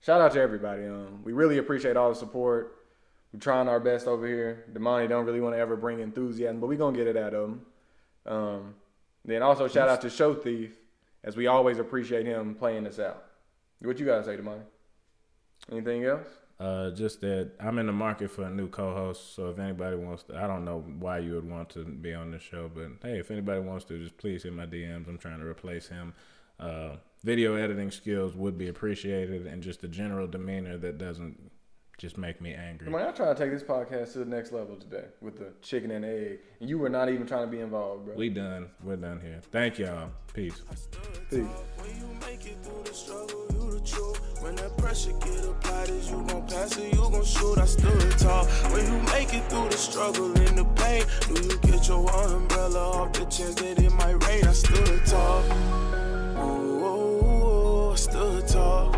Shout out to everybody. Um, we really appreciate all the support. We're trying our best over here. Damani don't really want to ever bring enthusiasm, but we're gonna get it out of him. Um, then also shout out to Show Thief, as we always appreciate him playing us out. What you gotta say, Damani? Anything else?
Uh, just that I'm in the market for a new co-host. So if anybody wants to, I don't know why you would want to be on this show, but hey, if anybody wants to, just please hit my DMs. I'm trying to replace him. Uh, video editing skills would be appreciated, and just the general demeanor that doesn't just make me angry.
Man, I tried to take this podcast to the next level today with the chicken and egg, and you were not even trying to be involved, bro.
We done. We're done here. Thank y'all. Peace.
I stood
Peace.
tall. When you make it through the struggle, you the truth. When that pressure get applied, is you gon' pass it, you gon' shoot. I stood tall. When you make it through the struggle and the pain, do you get your umbrella off the chance that it might rain? I stood tall. Ooh, ooh, ooh, I stood tall.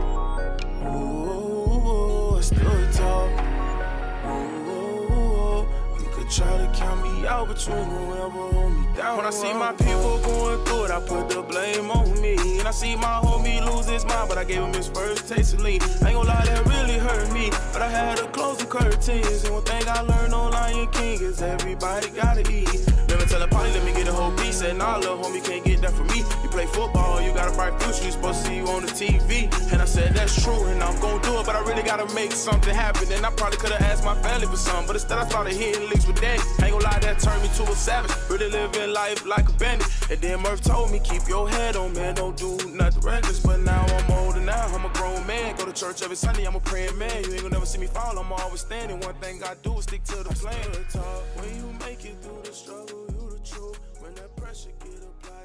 Ooh, ooh, ooh, I stood tall. Ooh, you could try to count me out, but you ain't gonna ever hold me down. When I see my people going through it, I put the blame on me. And I see my homie lose his mind, but I gave him his first taste of lean. I ain't gonna lie, that really hurt me. But I had to close the curtains. And one thing I learned on Lion King is everybody gotta eat. Never tell a party, let me get a whole piece. And nah, little homie can't get that from me. You play football, you got a bright future, you supposed to see you on the TV. And I said, that's true, and I'm gonna do it, but I really gotta make something happen. And I probably could've asked my family for something, but instead I started hitting licks with that. Ain't gonna lie, that turned me to a savage. Really living life like a bandit. And then Murph told me, keep your head on, man, don't do nothing reckless. But now I'm older now, I'm a grown man. Go to church every Sunday, I'm a praying man. You ain't gonna never see me fall, I'm always standing. One thing I do is stick to the plan. When you make it through the struggle, you the truth. When that pressure get applied.